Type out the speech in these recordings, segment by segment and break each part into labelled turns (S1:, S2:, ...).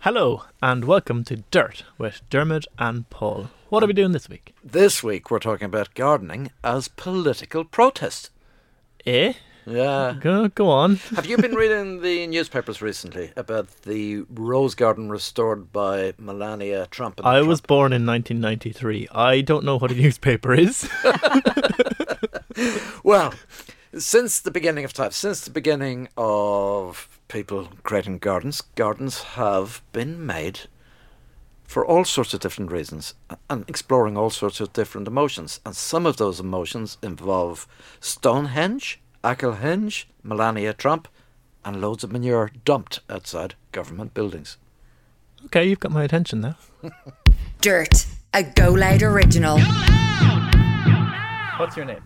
S1: Hello and welcome to Dirt with Dermot and Paul. What are we doing this week?
S2: This week we're talking about gardening as political protest.
S1: Eh?
S2: Yeah.
S1: Go, go on.
S2: Have you been reading the newspapers recently about the rose garden restored by Melania Trump? And
S1: I
S2: Trump?
S1: was born in 1993. I don't know what a newspaper is.
S2: Well, since the beginning of time, since the beginning of people creating gardens, gardens have been made for all sorts of different reasons and exploring all sorts of different emotions. And some of those emotions involve Stonehenge, Acklehenge, Melania Trump, and loads of manure dumped outside government buildings.
S1: okay, you've got my attention now.
S3: Dirt, a Go Loud original.
S1: What's your name?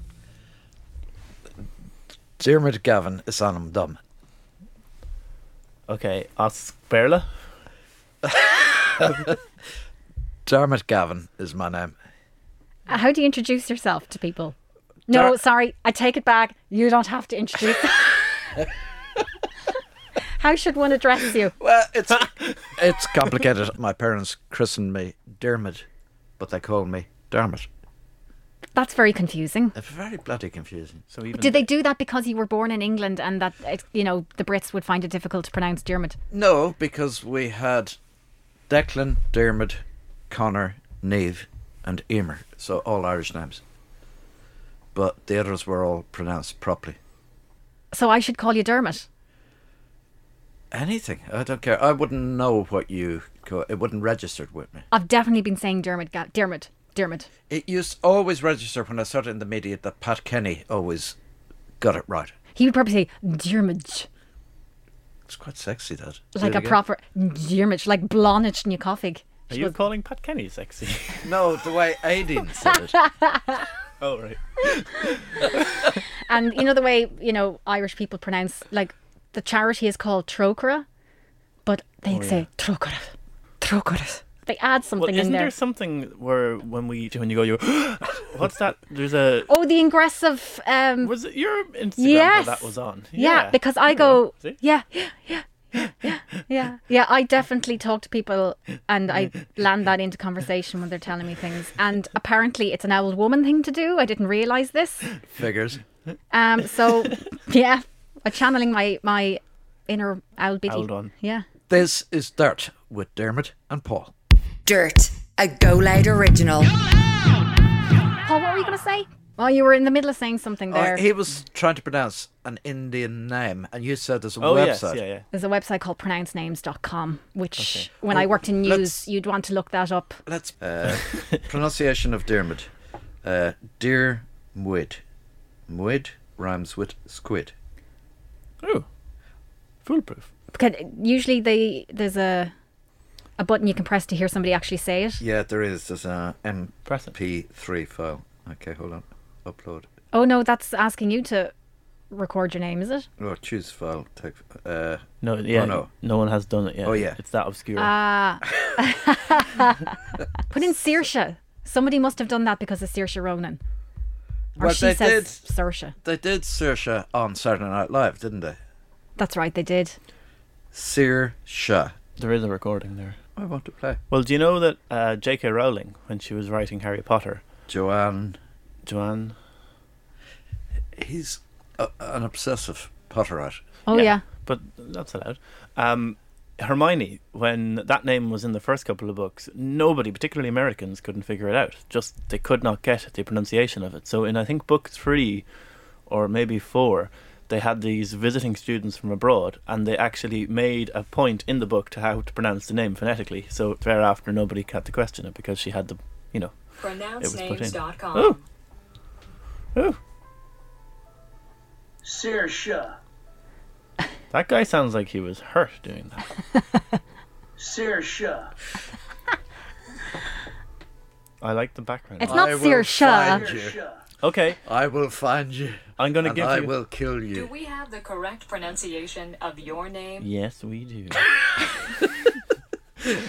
S2: Dermot Gavin is on 'em dumb.
S1: Okay, Osberla.
S2: Dermot Gavin is my name.
S4: How do you introduce yourself to people? No,
S2: Dar-
S4: sorry, I take it back. You don't have to introduce. How should one address you?
S2: Well, Uh, it's it's complicated. My parents christened me Dermot, but they called me Dermot.
S4: That's very confusing.
S2: It's very bloody confusing.
S1: So even
S4: Did they do that because you were born in England and that eh, you know the Brits would find it difficult to pronounce Dermot?
S2: No, because we had Declan, Dermot, Connor, Neve, and Emer, so all Irish names. But the others were all pronounced properly.
S4: So I should call you Dermot.
S2: Anything, I don't care. I wouldn't know what you. Call, it wouldn't register with me.
S4: I've definitely been saying Dermot, Ga- Dermot, Dermot.
S2: It used always register when I started in the media that Pat Kenny always got it right.
S4: He would probably say Dermot,
S2: It's quite sexy that. Do
S4: like
S2: it
S4: a
S2: again.
S4: proper Dermot, like Blonich Newcoffig.
S1: Are you calling Pat Kenny sexy?
S2: No, the way Aideen said it.
S1: oh, right.
S4: And you know the way you know Irish people pronounce like the charity is called Trocra, but they say Trocra, Trocra. They add
S1: Well,
S4: something in
S1: isn't
S4: there.
S1: there something where when we when you go you go, what's that? There's a
S4: oh, the ingressive. Um,
S1: was it your Instagram where
S4: Yes.
S1: that was on?
S4: yeah, because I
S1: you go.
S4: go.
S1: See?
S4: Yeah, yeah, yeah, yeah, yeah, yeah. I definitely talk to people, and I land that into conversation when they're telling me things. And apparently, it's an old woman thing to do. I didn't realize this.
S2: Figures.
S4: Um, so yeah, I'm channeling my my inner owl biddy.
S1: Owl don.
S4: Yeah.
S2: This is Dirt with Dermot and Paul.
S3: Dirt, a Go Loud original.
S4: Paul, what were you going to say? Well, you were in the middle of saying something
S2: Uh,
S4: there.
S2: he was trying to pronounce an Indian name, and you said there's a
S1: Oh yes,
S2: website.
S1: yeah, yeah.
S4: There's a website called pronouncenames.com, which when I worked in news,
S2: let's-
S4: you'd want to look that up.
S2: Let's uh, pronunciation of Dermot. Uh, dear Muid. Muid rhymes with squid.
S1: Oh, foolproof.
S4: Because usually they there's a a button you can press to hear somebody actually say it.
S2: Yeah, there is. There's a
S1: Press it.
S2: MP3 file. Okay, hold on. Upload.
S4: Oh no, that's asking you to record your name, is it?
S2: Oh, choose file. Take. Uh,
S1: No, yeah,
S2: no.
S1: no one has done it yet.
S2: Oh, yeah.
S1: it's that obscure.
S4: Uh, Put in Saoirse. Somebody must have done that because of Saoirse Ronan. Or
S2: Well,
S4: she
S2: they
S4: says Saoirse.
S2: they did Saoirse on Saturday Night Live, didn't they?
S4: That's right, they did.
S2: Saoirse.
S1: There is a recording there.
S2: I want to play.
S1: Well, do you know that uh, J.K. Rowling, when she was writing Harry Potter,
S2: Joanne.
S1: Joanne,
S2: He's a, an obsessive Potterite.
S4: Oh yeah.
S1: but that's allowed. Um, Hermione, when that name was in the first couple of books, nobody, particularly Americans, couldn't figure it out. Just they could not get the pronunciation of it. So in I think book three, or maybe four, they had these visiting students from abroad, and they actually made a point in the book to how to pronounce the name phonetically. So thereafter, nobody had to question it because she had the, you know, put in.
S3: Pronouncenames.com.
S1: Oh. Oh,
S5: Sirsha.
S1: that guy sounds like he was hurt doing that.
S5: Sirsha.
S1: I like the background.
S4: It's not
S2: I will
S4: Saoirse.
S2: find you.
S5: Sirsha.
S1: Okay,
S2: I will find you.
S1: I'm gonna
S2: and
S1: give
S2: I
S1: you-
S2: will kill you.
S3: we have the correct pronunciation of your name?
S1: yes, we do.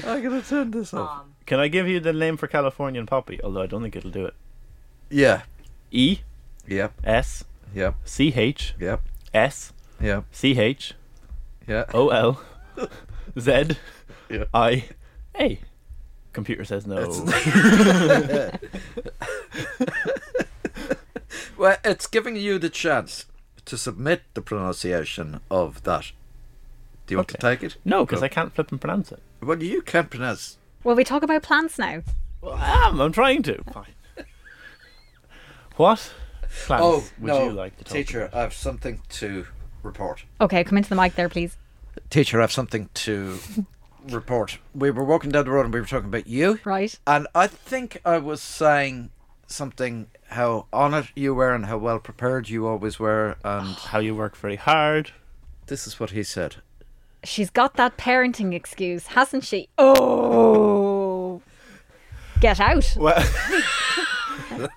S2: I'm gonna turn this off.
S1: Can I give you the name for Californian poppy? Although I don't think it'll do it.
S2: Yeah.
S1: E
S2: Yep.
S1: S
S2: Yep.
S1: C H
S2: Yep.
S1: S
S2: Yep.
S1: C H
S2: Yeah.
S1: O L Z
S2: Yeah.
S1: I A. Computer says no.
S2: Well, it's giving you the chance to submit the pronunciation of that. Do you want to
S1: Okay.
S2: take it?
S1: no, because I can't flip and pronounce it.
S2: Well, you can't pronounce.
S4: Well, we talk about plants now.
S1: Well, I am. I'm trying to. Fine. What plants would you like to talk
S2: Oh, teacher,
S1: about?
S2: I have something to report.
S4: Okay, come into the mic there, please.
S2: Teacher, I have something to report. We were walking down the road and we were talking about you.
S4: Right.
S2: And I think I was saying something how honoured you were and how well prepared you always were. And
S1: How you work very hard.
S2: this is what he said.
S4: She's got that parenting excuse, hasn't she? Oh. Get out.
S1: Well,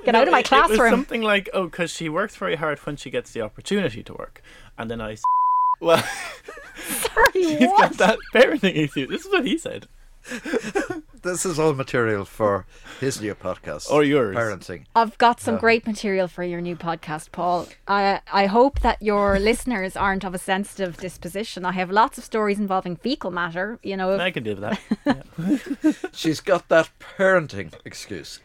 S4: Get out of my
S1: It was
S4: classroom.
S1: something like, oh, because she works very hard when she gets the opportunity to work, and then I. s- Well,
S4: Sorry,
S1: he's
S4: what?
S1: got that parenting issue. This is what he said.
S2: This is all material for his new podcast.
S1: Or yours.
S2: Parenting.
S4: I've got some great material for your new podcast, Paul. I I hope that your listeners aren't of a sensitive disposition. I have lots of stories involving fecal matter. You know,
S1: I can deal with that.
S2: She's got that parenting excuse.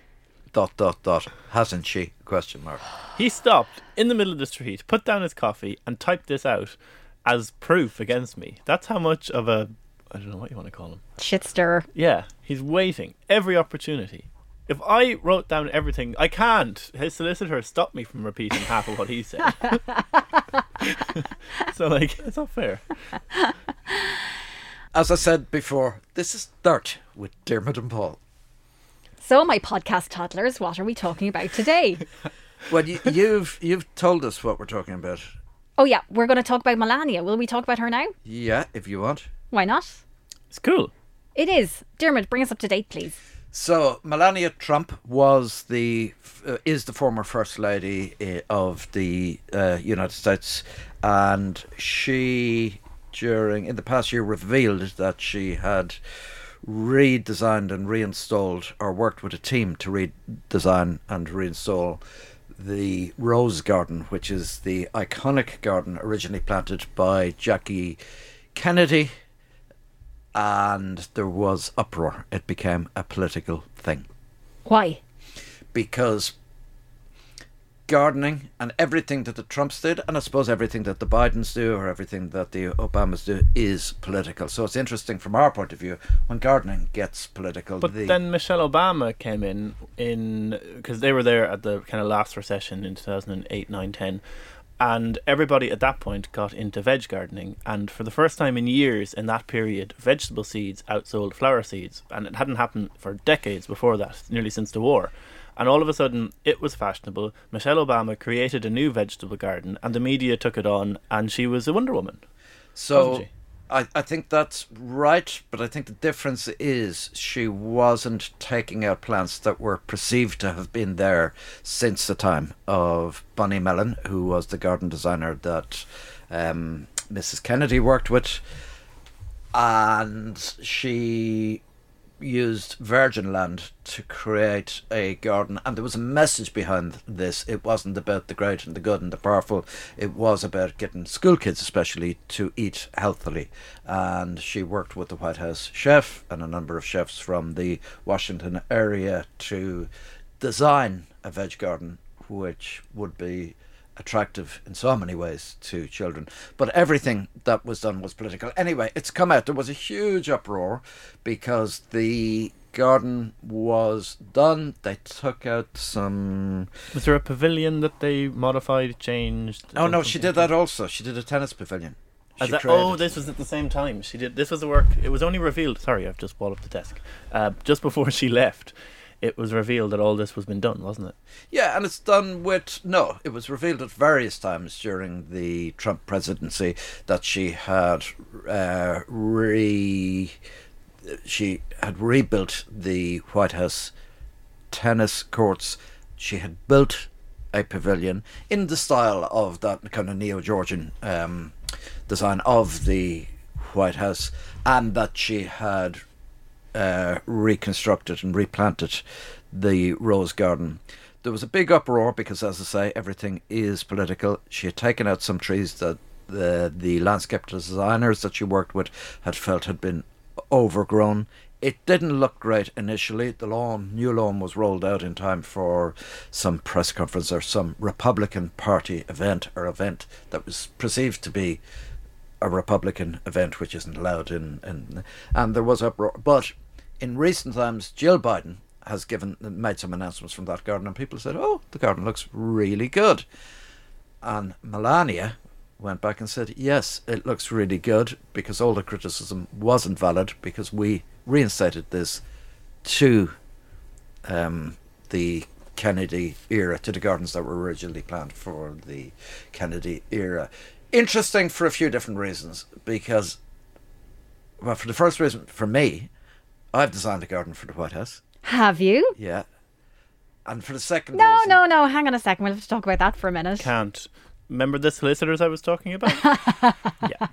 S2: Dot dot dot. Hasn't she? Question mark.
S1: He stopped in the middle of the street, put down his coffee, and typed this out as proof against me. That's how much of a I don't know what you want to call him.
S4: shit stirrer.
S1: Yeah, he's waiting every opportunity. If I wrote down everything, I can't. His solicitor stopped me from repeating half of what he said. so like, it's not fair.
S2: As I said before, this is Dirt with Dermot and Paul.
S4: So, my podcast toddlers, what are we talking about today?
S2: Well, you, you've you've told us what we're talking about.
S4: oh yeah, we're going to talk about Melania. Will we talk about her now?
S2: Yeah, if you want.
S4: Why not?
S1: It's cool.
S4: It is Dermot. Bring us up to date, please.
S2: So Melania Trump was the uh, is the former first lady uh, of the uh, United States, and she during in the past year revealed that she had redesigned and reinstalled or worked with a team to redesign and reinstall the Rose Garden, which is the iconic garden originally planted by Jackie Kennedy and there was uproar. It became a political thing
S4: Why?
S2: because gardening and everything that the Trumps did, and I suppose everything that the Bidens do or everything that the Obamas do, is political. So it's interesting from our point of view when gardening gets political.
S1: But
S2: the,
S1: then Michelle Obama came in in because they were there at the kind of last recession in 2008, 9, 10. And everybody at that point got into veg gardening. And for the first time in years in that period, vegetable seeds outsold flower seeds. And it hadn't happened for decades before that, nearly since the war. And all of a sudden, it was fashionable. Michelle Obama created a new vegetable garden, and the media took it on, and she was a Wonder Woman.
S2: So
S1: Wasn't she?
S2: I, I think that's right, but I think the difference is she wasn't taking out plants that were perceived to have been there since the time of Bonnie Mellon, who was the garden designer that um, Mrs. Kennedy worked with. And she used virgin land to create a garden and there was a message behind this it wasn't about the great and the good and the powerful it was about getting school kids especially to eat healthily and she worked with the white house chef and a number of chefs from the washington area to design a veg garden which would be attractive in so many ways to children. But everything that was done was political. Anyway, it's come out. There was a huge uproar because the garden was done. They took out some.
S1: Was there a pavilion that they modified, changed?
S2: Oh no, she did that also. She did a tennis pavilion.
S1: As
S2: She
S1: that-
S2: created-
S1: oh, this was at the same time. She did. This was the work. It was only revealed. Sorry, I've just walloped the desk. Uh, just before she left, it was revealed that all this was been done, wasn't it?
S2: Yeah, and it's done with no. It was revealed at various times during the Trump presidency that she had uh, re she had rebuilt the White House tennis courts. She had built a pavilion in the style of that kind of neo Georgian um, design of the White House, and that she had uh, reconstructed and replanted the Rose Garden. There was a big uproar because, as I say, everything is political. She had taken out some trees that the the landscape designers that she worked with had felt had been overgrown. It didn't look great initially. The lawn, new lawn was rolled out in time for some press conference or some Republican Party event or event that was perceived to be a Republican event, which isn't allowed in. in and there was uproar. But in recent times, Jill Biden has given made some announcements from that garden, and people said, "Oh, the garden looks really good." And Melania went back and said, Yes, it looks really good because all the criticism wasn't valid because we reinstated this to um, the Kennedy era, to the gardens that were originally planned for the Kennedy era. Interesting for a few different reasons because, well, for the first reason, for me, I've designed a garden for the White House.
S4: Have you?
S2: Yeah. And for the second
S4: No,
S2: reason,
S4: no, no. Hang on a second. We'll have to talk about that for a minute.
S1: Can't. Remember the solicitors I was talking about? yeah.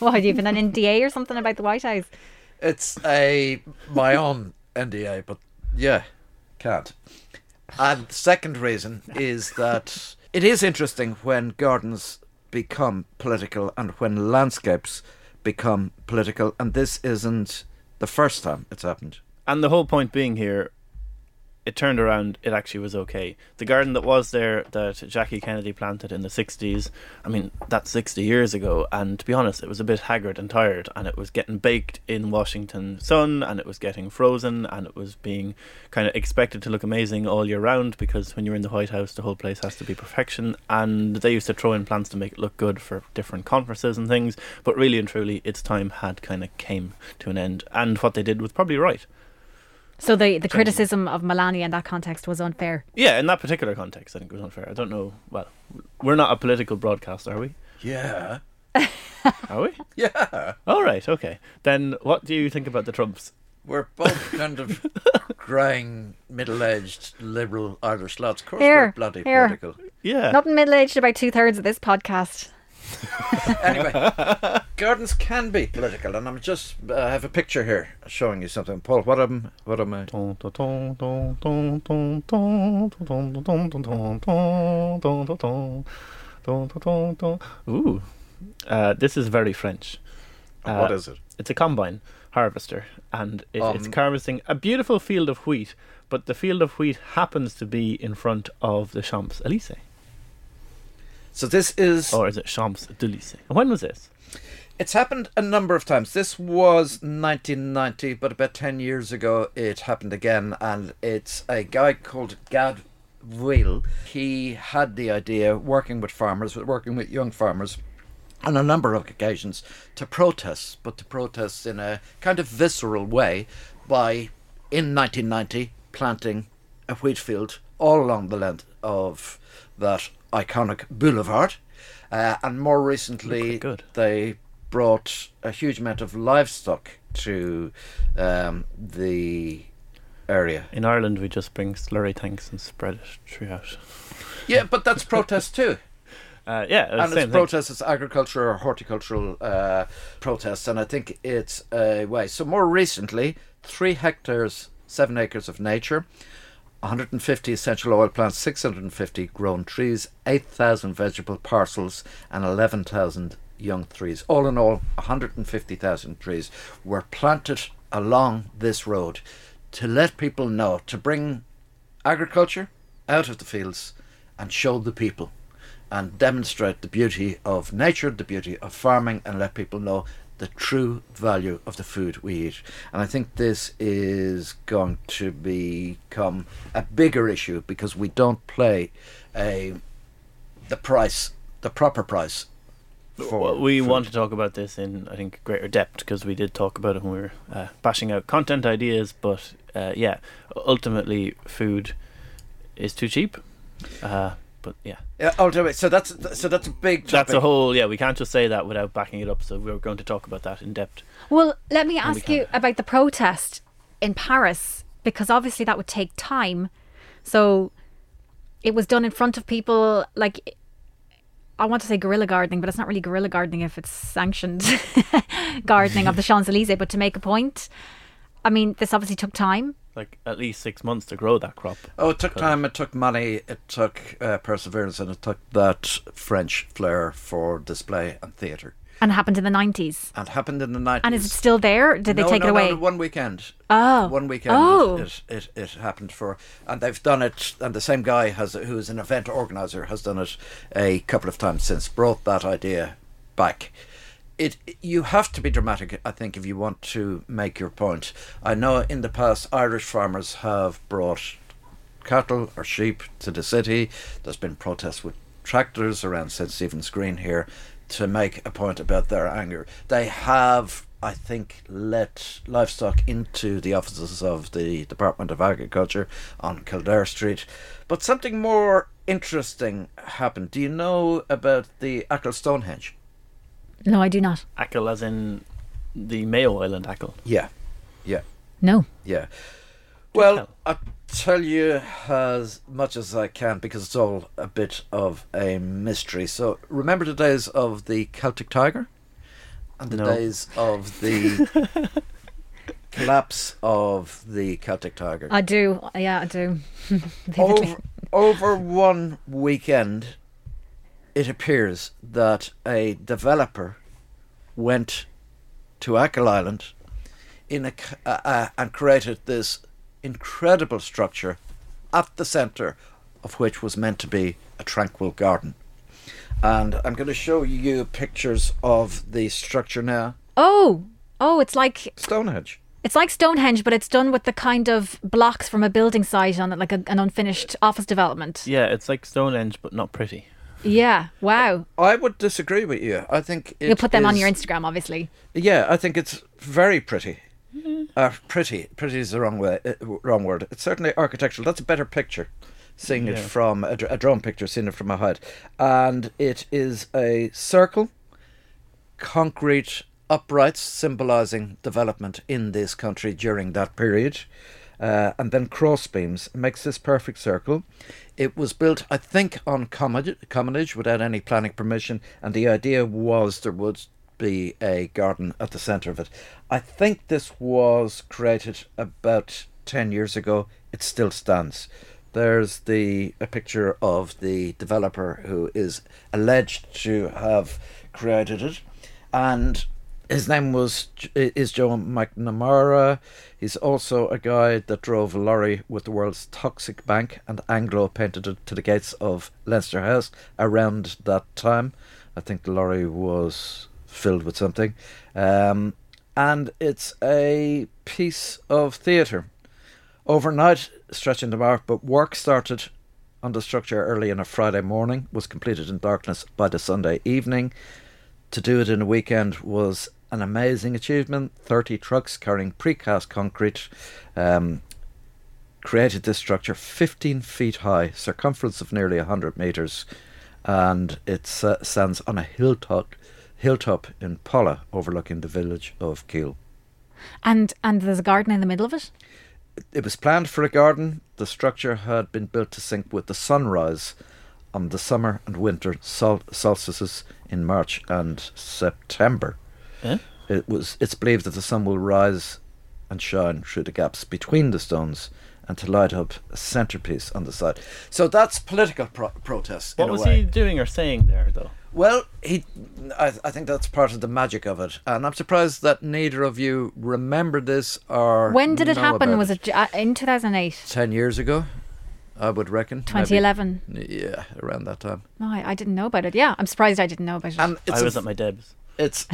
S4: What, have you been an NDA or something about the White House?
S2: It's a my own NDA, but yeah, can't. And the second reason is that it is interesting when gardens become political and when landscapes become political, and this isn't the first time it's happened.
S1: And the whole point being here, it turned around. It actually was okay. The garden that was there that Jackie Kennedy planted in the '60s. I mean, that's 60 years ago. And to be honest, it was a bit haggard and tired, and it was getting baked in Washington sun, and it was getting frozen, and it was being kind of expected to look amazing all year round because when you're in the White House, the whole place has to be perfection. And they used to throw in plants to make it look good for different conferences and things. But really and truly, its time had kind of came to an end. And what they did was probably right.
S4: So the, the criticism of Melania in that context was unfair.
S1: Yeah, in that particular context, I think it was unfair. I don't know. Well, we're not a political broadcast, are we?
S2: Yeah.
S1: Are we?
S2: Yeah.
S1: All right, okay. Then what do you think about the Trumps?
S2: We're both kind of growing middle aged liberal Irish lads. Of course
S4: Here,
S2: we're bloody
S4: here.
S2: political.
S1: Yeah.
S4: Not middle aged, about two thirds of this podcast.
S2: anyway, gardens can be political, and I'm just uh, I have a picture here showing you something. Paul, what am what am I?
S1: Ooh, uh, this is very French.
S2: what
S1: Uh,
S2: is it?
S1: It's a combine harvester, and it, it's
S2: Um,
S1: harvesting a beautiful field of wheat. But the field of wheat happens to be in front of the Champs Elysees,
S2: So this is
S1: or is it Champs d'Elysees? When was this?
S2: it's happened a number of times. This was 1990, but about 10 years ago it happened again, and it's a guy called Gad Weil. He had the idea, working with farmers, working with young farmers. on a number of occasions to protest, but to protest in a kind of visceral way by, in 1990, planting a wheat field all along the length of that iconic boulevard. Uh, and more recently,
S1: good.
S2: they brought a huge amount of livestock to um, the area.
S1: In Ireland, we just bring slurry tanks and spread it throughout.
S2: Yeah, but that's protest too.
S1: Uh, yeah, it
S2: and
S1: was the same
S2: it's
S1: thing.
S2: protests, it's agricultural or horticultural uh, protests, and I think it's a way. So more recently, three hectares, seven acres of nature, 150 essential oil plants, 650 grown trees, 8,000 vegetable parcels, and 11,000 young trees. All in all, 150,000 trees were planted along this road to let people know, to bring agriculture out of the fields and show the people and demonstrate the beauty of nature, the beauty of farming, and let people know the true value of the food we eat. And I think this is going to become a bigger issue because we don't play a the price, the proper price. For
S1: Well, we
S2: food.
S1: want to talk about this in, I think, greater depth because we did talk about it when we were uh, bashing out content ideas. But uh, yeah, ultimately, food is too cheap. Uh, but yeah,
S2: Yeah, oh, do it. So that's so that's a big. Topic.
S1: that's a whole. Yeah, we can't just say that without backing it up. So we're going to talk about that in depth.
S4: Well, let me ask you about the protest in Paris, because obviously that would take time. So it was done in front of people, like, I want to say guerrilla gardening, but it's not really guerrilla gardening if it's sanctioned gardening of the Champs Elysees, but to make a point. I mean, this obviously took time.
S1: Like at least six months to grow that crop.
S2: Oh, it took time, it took money, it took uh, perseverance, and it took that French flair for display and theatre.
S4: and happened in the 90s.
S2: and happened in the nineties.
S4: And is it still there? Did they
S2: no,
S4: take
S2: no,
S4: it away?
S2: No, one weekend.
S4: Oh.
S2: One weekend.
S4: Oh.
S2: It, it, it, it happened for, and they've done it. And the same guy has, who is an event organizer, has done it a couple of times since. Brought that idea back. It you have to be dramatic, I think, if you want to make your point. I know in the past Irish farmers have brought cattle or sheep to the city. There's been protests with tractors around St Stephen's Green here to make a point about their anger. They have, I think, let livestock into the offices of the Department of Agriculture on Kildare Street. But something more interesting happened. Do you know about the Ackle Stonehenge?
S4: no, I do not.
S1: Ackle, as in the Mayo Island Ackle.
S2: Yeah. Yeah.
S4: No.
S2: Yeah. Well,
S1: tell.
S2: I tell you as much as I can because it's all a bit of a mystery. So remember the days of the Celtic Tiger and the
S1: No.
S2: days of the collapse of the Celtic Tiger.
S4: I do. Yeah, I do. Vividly.
S2: over, over one weekend, it appears that a developer went to Ackle Island in a, c- uh, uh, and created this incredible structure at the centre of which was meant to be a tranquil garden. And I'm going to show you pictures of the structure now.
S4: Oh, oh, it's like
S2: Stonehenge.
S4: it's like Stonehenge, but it's done with the kind of blocks from a building site on it, like a, an unfinished office development.
S1: Yeah, it's like Stonehenge, but not pretty.
S4: Yeah. Wow.
S2: I would disagree with you. I think it
S4: You'll put them on
S2: is-
S4: your Instagram, obviously.
S2: Yeah, I think it's very pretty. Uh, pretty, pretty is the wrong way, uh, wrong word. It's certainly architectural. That's a better picture, seeing it from a, dr- a drone picture, seeing it from a height, and it is a circle, concrete uprights symbolising development in this country during that period. Uh, and then crossbeams makes this perfect circle. It was built, I think, on commonage, commonage without any planning permission, and the idea was there would be a garden at the centre of it. I think this was created about 10 years ago. It still stands. There's the a picture of the developer who is alleged to have created it, and his name was is Joe McNamara. He's also a guy that drove a lorry with the world's toxic bank, and Anglo painted it to the gates of Leinster House around that time. I think the lorry was filled with something, um, and it's a piece of theatre. Overnight, stretching the mark, but work started on the structure early on a Friday morning, was completed in darkness by the Sunday evening. To do it in a weekend was an amazing achievement. 30 trucks carrying precast concrete um, created this structure 15 feet high, circumference of nearly 100 metres, and it uh, stands on a hilltop, hilltop in Polla overlooking the village of Kiel.
S4: And and there's a garden in the middle of it.
S2: It was planned for a garden. The structure had been built to sync with the sunrise on the summer and winter sol- solstices in March and September.
S1: Eh?
S2: It was. It's believed that the sun will rise and shine through the gaps between the stones and to light up a centerpiece on the side. So that's political pro- protest.
S1: What
S2: in
S1: was
S2: a way.
S1: he doing or saying there, though?
S2: Well, he, I, I think that's part of the magic of it, and I'm surprised that neither of you remember this or
S4: When did it
S2: know
S4: happen?
S2: about
S4: Was it uh, in 2008,
S2: ten years ago? I would reckon. maybe.
S4: 2011?
S2: Yeah, around that time.
S4: No, I, I didn't know about it. Yeah, I'm surprised I didn't know about it
S2: And it's
S1: I
S2: a-
S1: was at my deb's.
S2: it's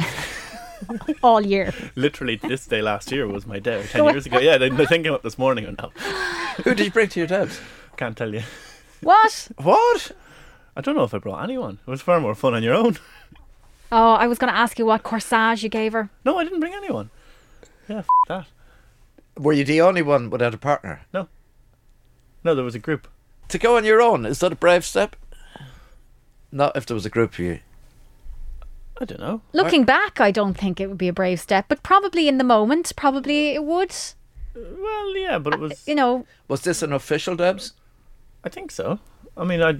S4: all year.
S1: Literally, this day last year was my day. Ten years ago. Yeah, they, they think about this morning or now.
S2: who did you bring to your debs?
S1: Can't tell you.
S4: What?
S2: What?
S1: I don't know if I brought anyone. It was far more fun on your own.
S4: Oh, I was going to ask you what corsage you gave her.
S1: No, I didn't bring anyone. Yeah, f- that.
S2: Were you the only one without a partner?
S1: No, there was a group.
S2: To go on your own is that a brave step? Not if there was a group of you.
S1: I don't know.
S4: Looking back, I don't think it would be a brave step, but probably in the moment, probably it would.
S1: Well, yeah, but it was.
S4: You know,
S2: Was this an official debs?
S1: I think so. I mean, I.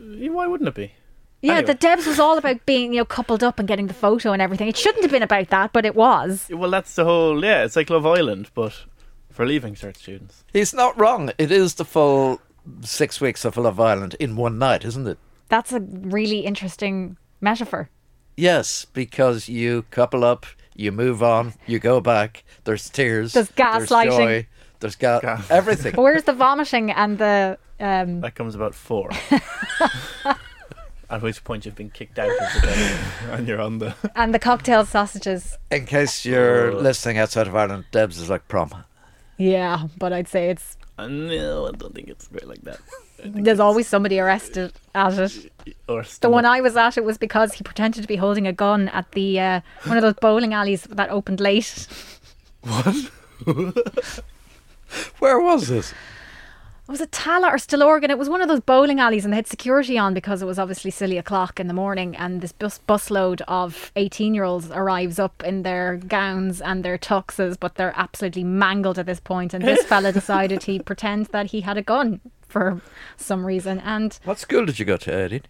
S1: Why wouldn't it be?
S4: yeah,
S1: Anyway.
S4: the Debs was all about being, you know, coupled up and getting the photo and everything. It shouldn't have been about that, but it was.
S1: Well, that's the whole. Yeah, it's like Love Island, but for leaving cert students.
S2: He's not wrong. It is the full six weeks of Love Island in one night, isn't it?
S4: That's a really interesting metaphor.
S2: Yes, because you couple up, you move on, you go back. There's tears.
S4: There's gaslighting.
S2: There's joy. There's ga-
S1: Gas-
S2: everything.
S4: But where's the vomiting and the um,
S1: That comes about four. At which point you've been kicked out of the bedroom and you're on the.
S4: and the cocktail sausages?
S2: In case you're listening outside of Ireland, Debs is like prom.
S4: Yeah, but I'd say it's
S1: No, I don't think it's great like that.
S4: there's always somebody arrested at it.
S1: Or
S4: The one I was at, it was because he pretended to be holding a gun at the uh, one of those bowling alleys that opened late.
S2: Where was this?
S4: It was it Tala or Stillorgan? It was one of those bowling alleys, and they had security on because it was obviously silly o'clock in the morning. And this bus busload of eighteen-year-olds arrives up in their gowns and their tuxes, but they're absolutely mangled at this point. And this fella decided he pretend that he had a gun for some reason. And
S2: What school did you go to, Aileen?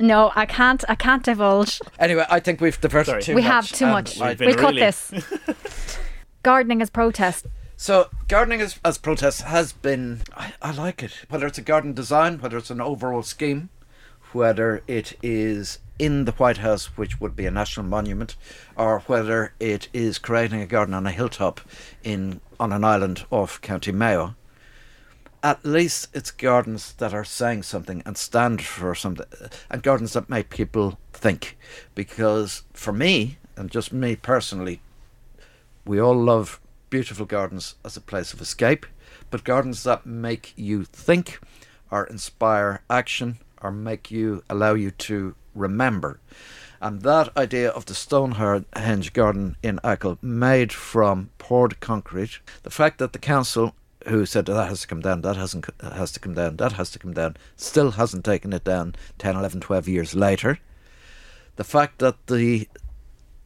S4: no, I can't, I can't divulge.
S2: Anyway, I think we've diverted
S1: Sorry.
S2: too
S4: we
S2: much. Um,
S4: have too
S2: and
S4: much.
S2: I-
S1: We've been
S4: We'll cut
S1: really-
S4: this. Gardening as protest.
S2: So gardening as, as protest has been. I, I like it. Whether it's a garden design, whether it's an overall scheme, whether it is in the White House, which would be a national monument, or whether it is creating a garden on a hilltop in on an island off County Mayo. At least it's gardens that are saying something and stand for something, and gardens that make people think. Because for me, and just me personally, we all love beautiful gardens as a place of escape, but gardens that make you think or inspire action or make you allow you to remember. And that idea of the Stonehenge garden in Ackle, made from poured concrete, the fact that the council who said that has to come down, that hasn't co- has to come down, that has to come down, still hasn't taken it down 10, 11, 12 years later. The fact that the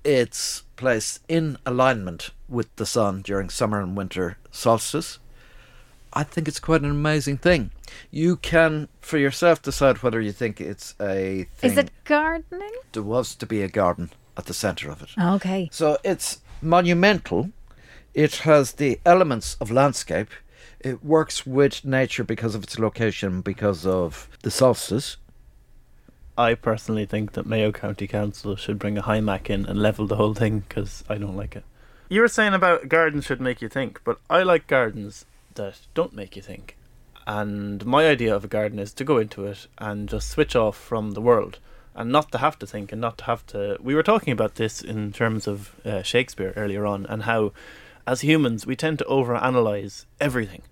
S2: it's placed in alignment with the sun during summer and winter solstice. I think it's quite an amazing thing. You can, for yourself, decide whether you think it's a thing
S4: Is it gardening?
S2: there was to be a garden at the centre of it.
S4: Okay.
S2: So it's monumental. It has the elements of landscape. It works with nature because of its location, because of the solstice.
S1: I personally think that Mayo County Council should bring a HIMAC in and level the whole thing because I don't like it. You were saying about gardens should make you think, but I like gardens that don't make you think. And my idea of a garden is to go into it and just switch off from the world and not to have to think and not to have to. We were talking about this in terms of uh, Shakespeare earlier on and how, as humans, we tend to overanalyze everything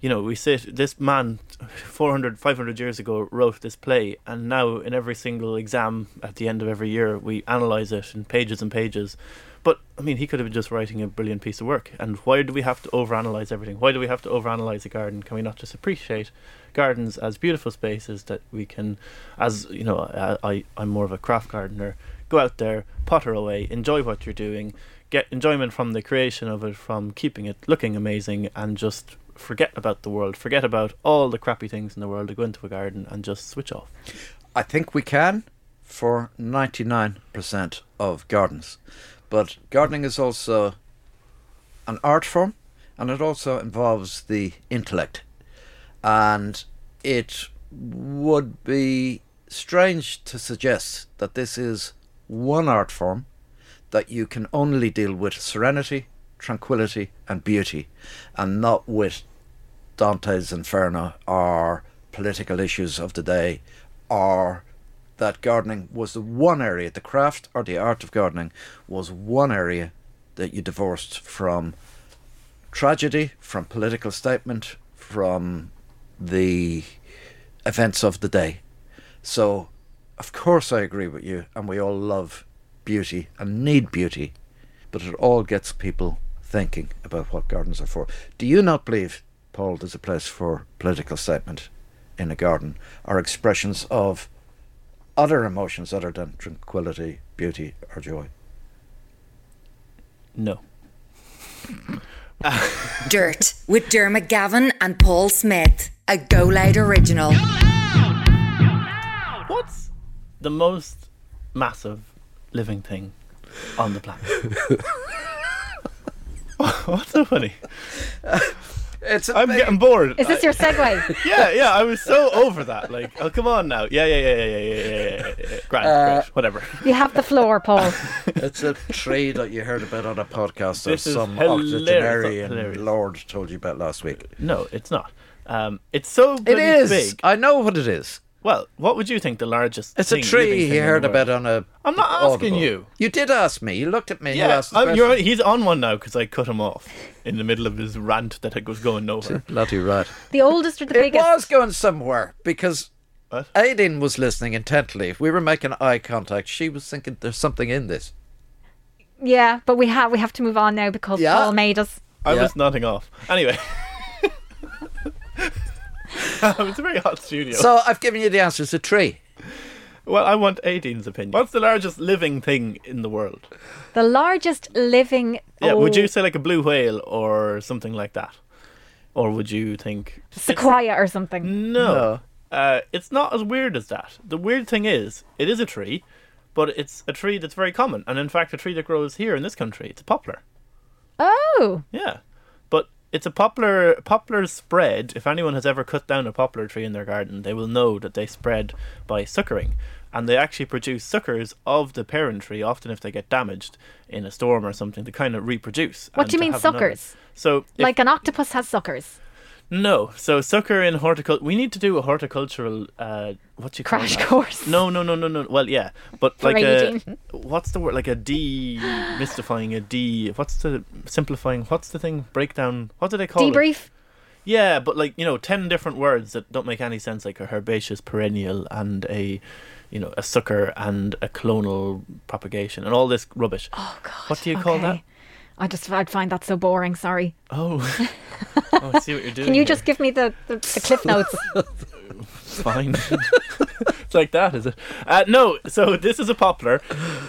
S1: you know, we sit, this man 400, 500 years ago wrote this play, and now in every single exam at the end of every year, we analyse it in pages and pages. But, I mean, he could have been just writing a brilliant piece of work. And why do we have to overanalyse everything? Why do we have to overanalyse a garden? Can we not just appreciate gardens as beautiful spaces that we can, as, you know, I, I, I'm more of a craft gardener, go out there, potter away, enjoy what you're doing, get enjoyment from the creation of it, from keeping it looking amazing, and just forget about the world, forget about all the crappy things in the world, go into a garden and just switch off.
S2: I think we can for 99% of gardens. But gardening is also an art form and it also involves the intellect. And it would be strange to suggest that this is one art form that you can only deal with serenity, tranquility, and beauty, and not with Dante's Inferno or political issues of the day, or that gardening was the one area, the craft or the art of gardening was one area that you divorced from tragedy, from political statement, from the events of the day. So, of course, I agree with you, and we all love beauty and need beauty, but it all gets people thinking about what gardens are for. Do you not believe, Paul, there's a place for political statement in a garden or expressions of other emotions other than tranquility, beauty, or joy?
S1: No.
S3: Dirt with Dermot Gavin and Paul Smith. A Go Loud original.
S1: What's the most massive living thing on the planet? What's so funny?
S2: It's
S6: I'm
S2: amazing.
S6: getting bored.
S4: Is this your segue?
S6: yeah, yeah. I was so over that. Like, oh, come on now. Yeah, yeah, yeah, yeah, yeah, yeah, yeah. yeah, yeah. Grand,
S2: Uh,
S6: great, whatever.
S4: you have the floor, Paul.
S2: It's a tree that you heard about on a podcast or
S6: This is
S2: some
S6: hilarious.
S2: octogenarian
S6: Hilarious.
S2: lord told you about last week.
S6: No, it's not. Um, it's so
S2: It
S6: bloody
S2: is.
S6: big.
S2: I know what it is.
S6: Well, what would you think the largest?
S2: It's a
S6: thing, living
S2: tree
S6: thing
S2: he
S6: in the
S2: heard
S6: world-
S2: about on a.
S6: I'm not asking
S2: Audible.
S6: you.
S2: You did ask me. You looked at me. you
S6: Yeah,
S2: asked the
S6: I'm, you're,
S2: question.
S6: he's on one now because I cut him off in the middle of his rant that it was going nowhere.
S2: Bloody right.
S4: The oldest or the
S2: It
S4: biggest?
S2: was going somewhere because
S6: What?
S2: Aileen was listening intently. If we were making eye contact, she was thinking there's something in this.
S4: Yeah, but we have we have to move on now because
S2: Yeah.
S4: Paul made us.
S6: I
S2: Yeah.
S6: was nodding off. Anyway, Um, it's a very hot studio.
S2: So I've given you the answer. It's a tree.
S6: well, I want Aideen's opinion. What's the largest living thing in the world?
S4: The largest living.
S6: Yeah, would
S4: oh,
S6: you say like a blue whale or something like that? Or would you think
S4: sequoia or something?
S6: Mm. no? Uh, it's not as weird as that. The weird thing is, it is a tree, but it's a tree that's very common, and in fact, a tree that grows here in this country. It's a poplar.
S4: Oh,
S6: Yeah, but it's a poplar. Poplars spread. If anyone has ever cut down a poplar tree in their garden, they will know that they spread by suckering, and they actually produce suckers of the parent tree. Often, if they get damaged in a storm or something, they kind of reproduce.
S4: What
S6: and
S4: do you
S6: to
S4: mean
S6: have another-
S4: suckers?
S6: So, if-
S4: like an octopus has suckers.
S6: no, so sucker in horticulture. We need to do a horticultural uh, what you
S4: Crash
S6: call that?
S4: course.
S6: No, no, no, no, no. Well, yeah, but like a,
S4: Braiding.
S6: what's the word? Like a demystifying, a de. What's the simplifying? What's the thing? Breakdown. What do they call it?
S4: Debrief.
S6: Yeah, but like you know, ten different words that don't make any sense, like a herbaceous perennial and a, you know, a sucker and a clonal propagation and all this rubbish. Oh God! What do you call that?
S4: Okay. I just I'd find that so boring. Sorry.
S6: Oh, oh, I see what you're doing.
S4: Can you
S6: here.
S4: just give me the the, the cliff notes?
S6: fine. it's like that, is it? Uh, no, so this is a poplar,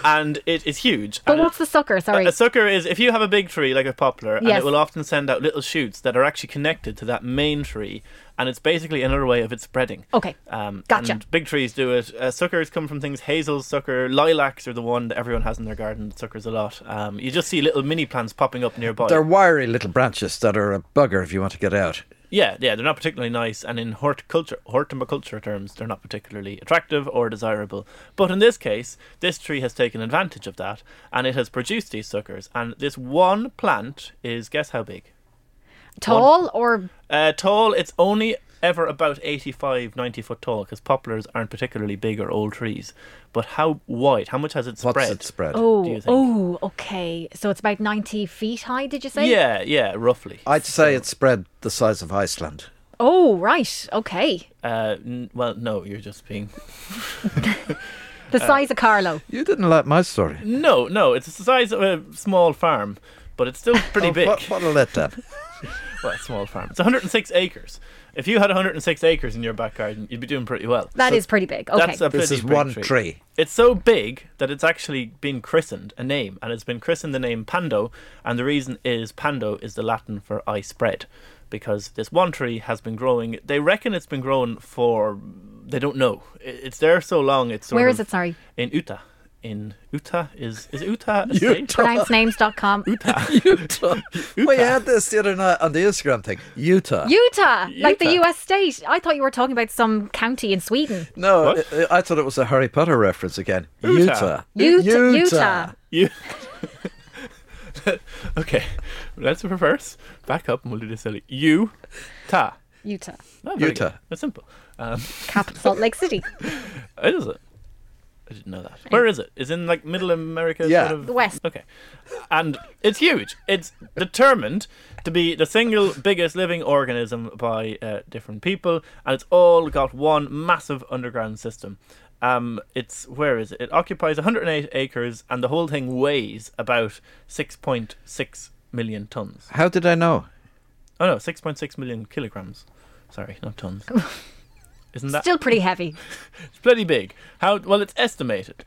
S6: and it is huge.
S4: but
S6: and
S4: Oh, what's the sucker? Sorry.
S6: a sucker is if you have a big tree like a poplar, and
S4: Yes.
S6: it will often send out little shoots that are actually connected to that main tree, and it's basically another way of it spreading.
S4: Okay.
S6: Um,
S4: Gotcha.
S6: And big trees do it. Uh, suckers come from things. Hazel sucker, lilacs are the one that everyone has in their garden. That suckers a lot. Um, you just see little mini plants popping up nearby.
S2: They're wiry little branches that are a bugger if you want to get out.
S6: Yeah, yeah, they're not particularly nice, and in horticulture, horticulture terms, they're not particularly attractive or desirable. But in this case, this tree has taken advantage of that, and it has produced these suckers. And this one plant is, guess how big?
S4: Tall or
S6: Uh, tall, it's only ever about 85, 90 foot tall, because poplars aren't particularly big or old trees. But how wide? How much has it
S2: What's
S6: spread?
S2: it spread?
S6: do you
S4: oh
S6: think?
S4: oh okay. So it's about ninety feet high. Did you say?
S6: Yeah, yeah, roughly.
S2: I'd say it spread the size of Iceland.
S4: Oh right. Okay.
S6: Uh, n- well, no, you're just being
S4: The
S6: Uh,
S4: size of Carlo.
S2: You didn't like my story.
S6: No, no, it's the size of a small farm, but it's still pretty big.
S2: What, what a letdown.
S6: Well, a small farm. It's 106 acres. If you had 106 acres in your back garden, you'd be doing pretty well.
S4: That is pretty big. Okay.
S6: That's a
S2: This
S6: pretty
S2: is
S6: big
S2: one
S6: tree.
S2: tree.
S6: It's so big that it's actually been christened a name, and it's been christened the name Pando. And the reason is Pando is the Latin for I spread, because this one tree has been growing. They reckon it's been growing for they don't know. I- It's there so long. It's sort
S4: Where
S6: of
S4: is it? Sorry.
S6: in Utah. In Utah is is Utah a state?
S4: Pronouncenames.com.
S2: Utah. We had this the other night on the Instagram thing. Utah.
S4: Utah, like the
S6: Utah.
S4: U.S. state. I thought you were talking about some county in Sweden.
S2: no,
S6: What?
S2: I- I thought it was a Harry Potter reference again.
S6: Utah.
S4: Utah,
S2: Utah.
S4: Utah.
S6: You. okay, let's reverse. Back up, and we'll do this silly. You, ta.
S4: Utah,
S6: Oh, very
S2: Utah.
S6: good. That's simple. Um,
S4: capital Salt Lake City.
S6: it is it. I didn't know that. Where is it? It's in like Middle America,
S2: Yeah.
S6: sort of
S4: West.
S6: Okay, and it's huge. It's determined to be the single biggest living organism by uh, different people, and it's all got one massive underground system. Um, it's where is it? It occupies 108 acres, and the whole thing weighs about 6.6 million tons.
S2: How did I know?
S6: Oh no, 6.6 million kilograms. Sorry, not tons. Isn't that
S4: Still pretty heavy.
S6: It's bloody big. How well it's estimated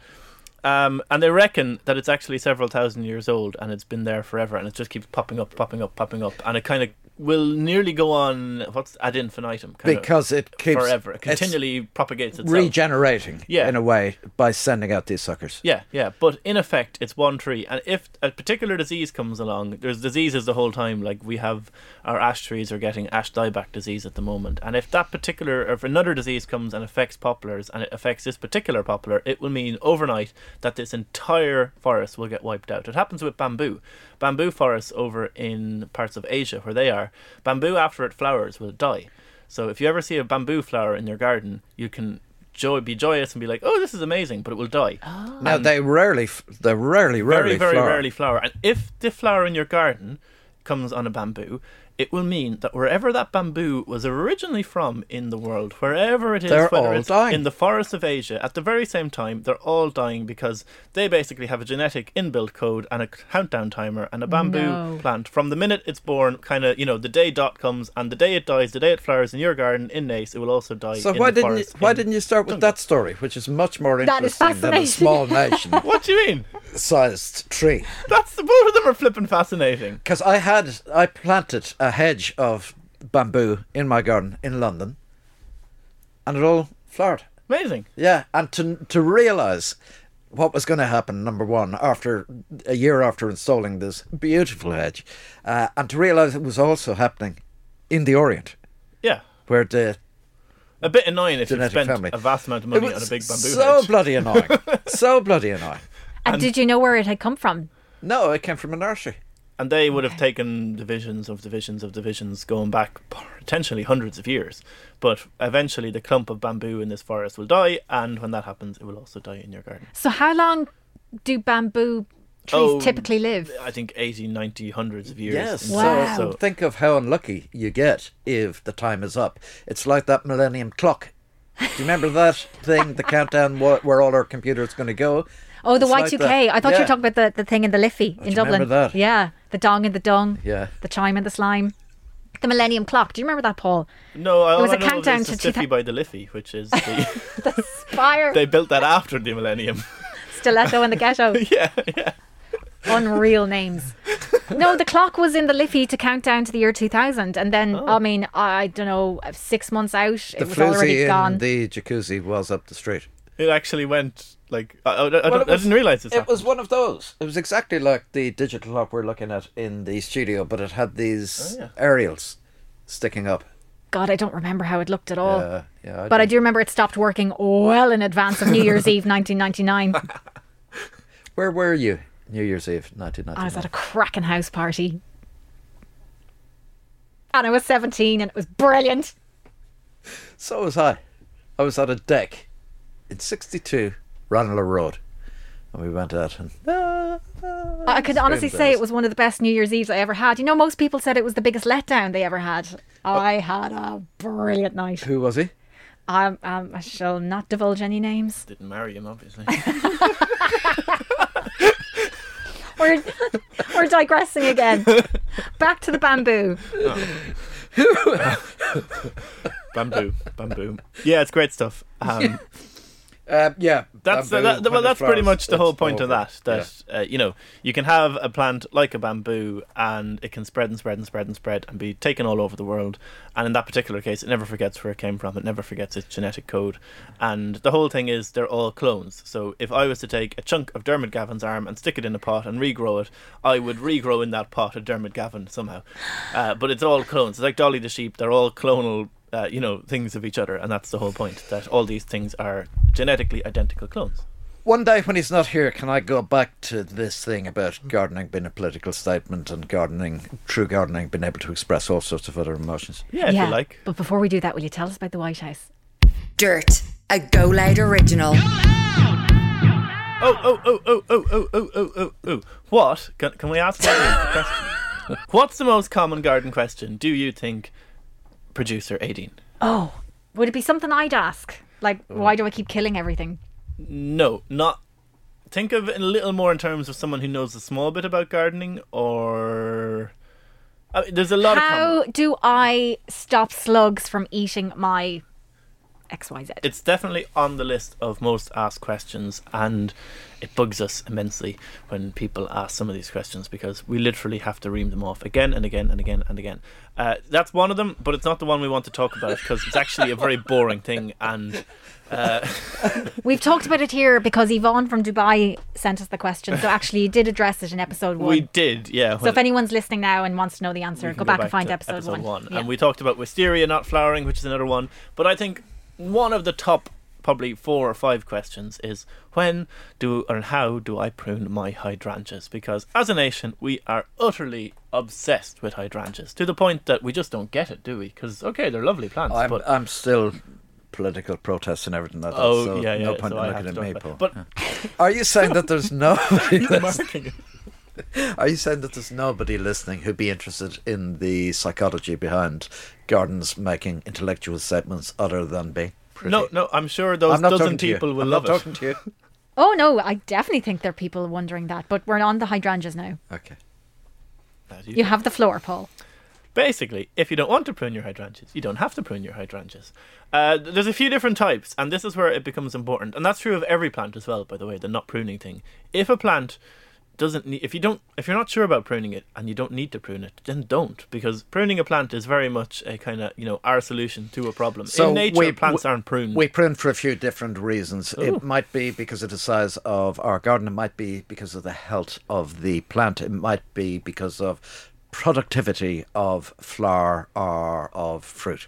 S1: Um, and they reckon that it's actually several thousand years old and it's been there forever and it just keeps popping up, popping up, popping up. And it kind of will nearly go on, what's ad infinitum? Kind
S2: Because it keeps-
S1: Forever. It
S2: it's
S1: continually propagates itself.
S2: Regenerating,
S1: Yeah.
S2: in a way, by sending out these suckers.
S1: Yeah, yeah, but in effect, it's one tree. And if a particular disease comes along, there's diseases the whole time. Like we have our ash trees are getting ash dieback disease at the moment. And if that particular, if another disease comes and affects poplars and it affects this particular poplar, it will mean overnight that this entire forest will get wiped out. It happens with bamboo. Bamboo forests over in parts of Asia where they are, bamboo after it flowers will die. So if you ever see a bamboo flower in your garden, you can joy be joyous and be like, "Oh, this is amazing," but it will die.
S2: Now they rarely, f- they rarely, rarely,
S1: very, very
S2: flower.
S1: rarely flower. And if the flower in your garden comes on a bamboo, it will mean that wherever that bamboo was originally from in the world, wherever it is,
S2: They're
S1: whether
S2: all
S1: it's
S2: dying.
S1: in the forests of Asia, at the very same time, they're all dying because they basically have a genetic inbuilt code and a countdown timer and a bamboo
S4: No.
S1: plant. From the minute it's born, kind of, you know, the day dot comes and the day it dies, the day it flowers in your garden in Nace, it will also die.
S2: So
S1: in
S2: why
S1: the
S2: didn't you,
S1: forest
S2: why
S1: in-
S2: didn't you start with that story, which is much more
S4: That is
S2: interesting than a
S4: fascinating.
S2: small nation-sized
S1: What do you mean?
S2: tree?
S1: That's both of them are flipping fascinating.
S2: Because I had, I planted a hedge of bamboo in my garden in London, and it all flowered.
S1: Amazing.
S2: Yeah, and to to realize what was going to happen, number one, after a year after installing this beautiful hedge, uh, and to realize it was also happening in the Orient,
S1: Yeah.
S2: where the
S1: A bit annoying if you've
S2: genetic
S1: spent
S2: family
S1: a vast amount of
S2: It
S1: money on a
S2: was
S1: big bamboo
S2: so
S1: hedge.
S2: bloody annoying, so bloody annoying.
S4: And did you know where it had come from?
S2: No, it came from a nursery.
S1: and they would have taken divisions of divisions of divisions going back potentially hundreds of years. But eventually, the clump of bamboo in this forest will die, and when that happens, it will also die in your garden.
S4: So how long do bamboo trees
S1: Oh,
S4: typically live?
S1: I think 80, 90, hundreds of years.
S2: Yes.
S1: in
S4: Wow.
S1: total.
S2: So think of how unlucky you get if the time is up. It's like that millennium clock. Do you remember that thing, the countdown, wh- where all our computers going to go?
S4: Oh, the
S2: It's like
S4: Y2K.
S2: that.
S4: I thought you
S2: Yeah.
S4: were talking about the, the thing in the Liffey in
S2: you
S4: Dublin.
S2: remember that?
S4: Yeah, the dong and the dung.
S2: Yeah.
S4: the chime and the slime, the Millennium Clock. Do you remember that, Paul?
S1: no, I,
S4: It was a
S1: all I know of
S4: countdown
S1: is
S4: to
S1: the
S4: 2000
S1: Stiffy by the Liffey, which is the,
S4: The spire,
S1: they built that after the millennium.
S4: stiletto, and the ghetto.
S1: yeah, yeah.
S4: Unreal names. No, the clock was in the Liffey to count down to the year 2000, and then I mean, I don't know, six months out, it
S2: Oh. The
S4: was already
S2: floozy
S4: gone.
S2: in the jacuzzi was up the street.
S1: It actually went like I, I, I don't-
S2: Well, it
S1: I
S2: was-
S1: didn't realize this.
S2: It was one of those. It was exactly like the digital clock we're looking at in the studio, but it had these
S1: Oh, yeah.
S2: aerials sticking up.
S4: God, I don't remember how it looked at all.
S2: Uh, yeah,
S4: Oh. But I do remember it stopped working well in advance of New Year's Eve 1999.
S2: Where were you? New Year's Eve,
S4: I was at
S2: 1999.
S4: a cracking house party. And I was 17 and it was brilliant.
S2: So was I. I was at a deck in 62 Ranelagh Road. And we went out and.
S4: I could honestly say it
S2: embarrassed.
S4: was one of the best New Year's Eves I ever had. You know, most people said it was the biggest letdown they ever had.
S2: Uh,
S4: I had a brilliant night.
S2: Who was he?
S4: Um, um, I shall not divulge any names.
S1: Didn't marry him, obviously.
S4: We're, we're digressing again. Back to the bamboo.
S1: bamboo, bamboo. Yeah, it's great stuff. Um,
S2: Uh, yeah.
S1: That's
S2: bamboo,
S1: that, that-
S2: when
S1: well.
S2: it
S1: That's pretty
S2: flowers,
S1: much the
S2: it's
S1: whole point of
S2: over.
S1: that. That uh, you know, you can have a plant like a bamboo, and it can spread and spread and spread and spread and be taken all over the world. And in that particular case, it never forgets where it came from. It never forgets its genetic code. And the whole thing is they're all clones. So if I was to take a chunk of Dermot Gavin's arm and stick it in a pot and regrow it, I would regrow in that pot a Dermot Gavin somehow. Uh, but it's all clones. It's like Dolly the sheep. They're all clonal uh, you know, things of each other, and that's the whole point. That all these things are genetically identical clones.
S2: One day when he's not here, can I go back to this thing about gardening being a political statement and gardening, true gardening, being able to express all sorts of other emotions?
S1: Yeah, if you like.
S4: But before we do that, will you tell us about the White House?
S3: Dirt, a Go Loud original.
S1: Oh, oh, oh, oh, oh, oh, oh, oh, oh, oh. What? Can, can we ask the audience a question? What's the most common garden question? Do you think, producer 18?
S4: Oh, would it be something I'd ask? Like, why do I keep killing everything?
S1: No, not. Think of it a little more in terms of someone who knows a small bit about gardening, or I mean, there's a lot of common.
S4: How do I stop slugs from eating my XYZ.
S6: It's definitely on the list of most asked questions, and it bugs us immensely when people ask some of these questions because we literally have to ream them off again and again and again and again. Uh, that's one of them, but it's not the one we want to talk about because it's actually a very boring thing. And uh,
S4: We've talked about it here because Yvonne from Dubai sent us the question. So actually, you did address it in episode one.
S6: we did, yeah.
S4: so if anyone's listening now and wants to know the answer,
S6: you
S4: go
S6: can
S4: back, and find
S6: to
S4: episode, one. Yeah.
S6: And we talked about wisteria not flowering, which is another one. But I think one of the top, probably four or five questions is when do or how do I prune my hydrangeas? Because as a nation, we are utterly obsessed with hydrangeas to the point that we just don't get it, do we? Because okay, they're lovely plants,
S2: I'm,
S6: but
S2: I'm still political protests and everything like that.
S6: oh
S2: so
S6: yeah, yeah.
S2: No point
S6: so
S2: in
S6: I have
S2: looking at
S6: to
S2: me,
S6: talk
S2: Paul.
S6: about- But
S2: Are you saying that there's nobody? lis-
S6: marking it.
S2: Are you saying that there's nobody listening who'd be interested in the psychology behind gardens making intellectual statements other than being pretty?
S6: no, no, I'm sure those
S2: I'm not
S6: dozen
S2: talking to you.
S6: people will
S2: I'm
S6: love
S2: not
S6: it.
S2: talking to you.
S4: Oh no, I definitely think there are people wondering that. But we're on the hydrangeas now.
S2: Okay.
S6: Now, do you
S4: You have the floor, Paul.
S6: Basically, if you don't want to prune your hydrangeas, you don't have to prune your hydrangeas. Uh, th- there's a few different types, and this is where it becomes important. And that's true of every plant as well, by the way, the not pruning thing. If a plant doesn't need, if you don't, if you're not sure about pruning it and you don't need to prune it, then don't, because pruning a plant is very much a kind of you know our solution to a problem. In nature, plants
S2: we-
S6: aren't pruned.
S2: We prune for a few different reasons. It might be because of the size of our garden. It might be because of the health of the plant. It might be because of productivity of flower or of fruit.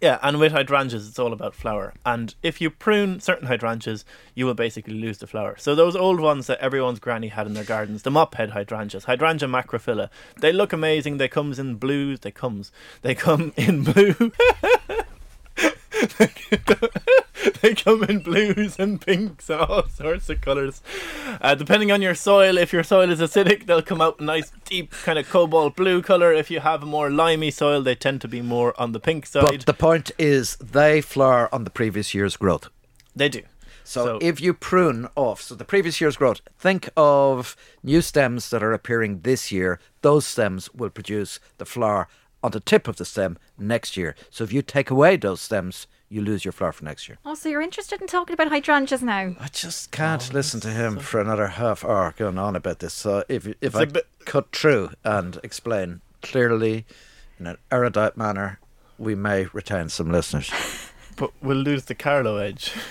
S6: Yeah, and with hydrangeas, it's all about flower. And if you prune certain hydrangeas, you will basically lose the flower. So those old ones that everyone's granny had in their gardens, the mop head hydrangeas, hydrangea macrophylla, they look amazing. They comes in blues. They comes. They come in blue. they come in blues and pinks and all sorts of colours. Uh, depending on your soil, if your soil is acidic, they'll come out a nice deep kind of cobalt blue colour. If you have a more limey soil, they tend to be more on the pink side.
S2: But the point is, they flower on the previous year's growth.
S6: They do.
S2: So, if you prune off, so the previous year's growth, think of new stems that are appearing this year. Those stems will produce the flower on the tip of the stem next year. So if you take away those stems, you lose your flower for next year.
S4: Oh, so you're interested in talking about hydrangeas now?
S2: I just
S6: Oh,
S2: can't listen to him for another half hour going on about this. So if if I
S6: a bit-
S2: cut through and explain clearly in an erudite manner, we may retain some listeners.
S6: but we'll lose the Carlo edge.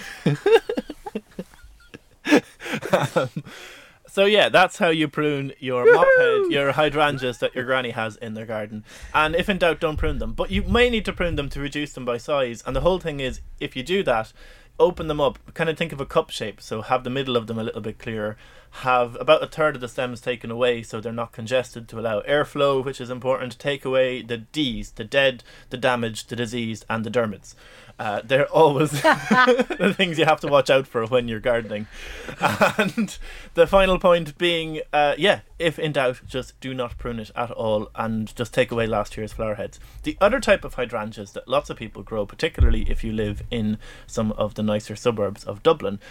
S6: Um, so yeah, that's how you prune your mop head, your hydrangeas that your granny has in their garden. And if in doubt, don't prune them. But you may need to prune them to reduce them by size. And the whole thing is, if you do that, open them up. Kind of think of a cup shape. So have the middle of them a little bit clearer. Have about a third of the stems taken away, so they're not congested to allow airflow, which is important. Take away the D's, the dead, the damaged, the diseased, and the dermits. Uh, they're always the things you have to watch out for when you're gardening. And the final point being, uh, yeah, if in doubt, just do not prune it at all and just take away last year's flower heads. The other type of hydrangeas that lots of people grow, particularly if you live in some of the nicer suburbs of Dublin,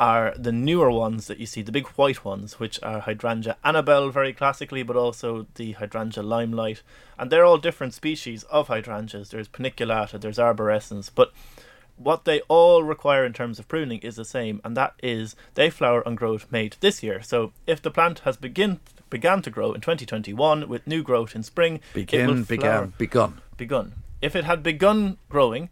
S6: are the newer ones that you see, the big white ones, which are Hydrangea Annabelle very classically, but also the Hydrangea Limelight. And they're all different species of hydrangeas. There's paniculata, there's arborescence, but what they all require in terms of pruning is the same, and that is they flower and growth mate this year. So if the plant has begin began to grow in 2021 with new growth in spring, it will
S2: Begin,
S6: flower-
S2: began, begun.
S6: begun. If it had begun growing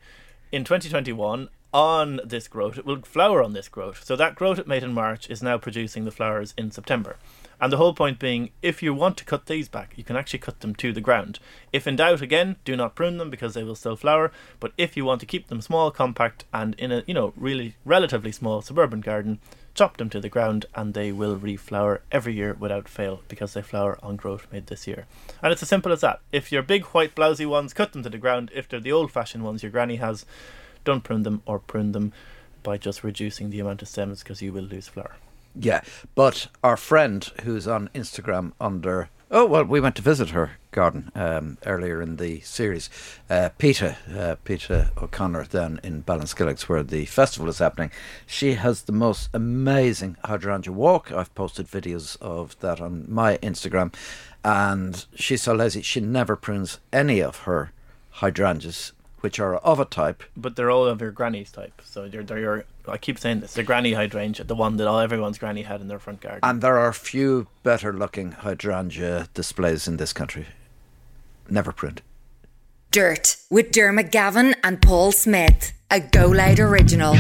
S6: in 2021 on this growth, it will flower on this growth. So that growth it made in March is now producing the flowers in September. And the whole point being, if you want to cut these back, you can actually cut them to the ground. If in doubt, again, do not prune them because they will still flower. But if you want to keep them small, compact, and in a you know really relatively small suburban garden, chop them to the ground and they will reflower every year without fail because they flower on growth made this year. And it's as simple as that. If your big white blousy ones, cut them to the ground. If they're the old fashioned ones your granny has, don't prune them or prune them by just reducing the amount of stems because you will lose flower.
S2: Yeah, but our friend who's on Instagram under oh well, we went to visit her garden um, earlier in the series. Uh, Peter, uh, Peter O'Connor, down in Ballinskillicks, where the festival is happening. She has the most amazing hydrangea walk. I've posted videos of that on my Instagram, and she's so lazy she never prunes any of her hydrangeas which are of a type.
S1: But they're all of your granny's type. So they're, they're your, I keep saying this, the granny hydrangea, the one that all everyone's granny had in their front garden.
S2: And there are few better looking hydrangea displays in this country. Never pruned.
S3: Dirt with Dermot Gavin and Paul Smith, a Go Loud original.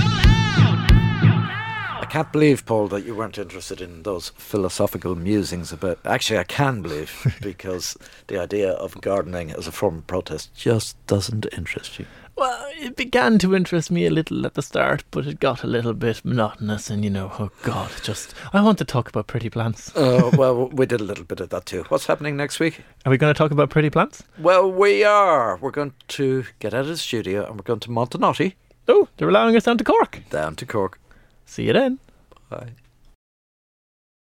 S2: I can't believe, Paul, that you weren't interested in those philosophical musings about. Actually, I can believe because the idea of gardening as a form of protest just doesn't interest you.
S1: Well, Uh, it began to interest me a little at the start, but it got a little bit monotonous, and you know, oh God, just I want to talk about pretty plants.
S2: Oh, well, we did a little bit of that too. What's happening next week?
S1: Are we going to talk about pretty plants?
S2: Well, we are. We're going to get out of the studio and we're going to Montanotti
S1: Oh, they're allowing us down to Cork.
S2: down to Cork.
S1: See you then.
S2: Bye.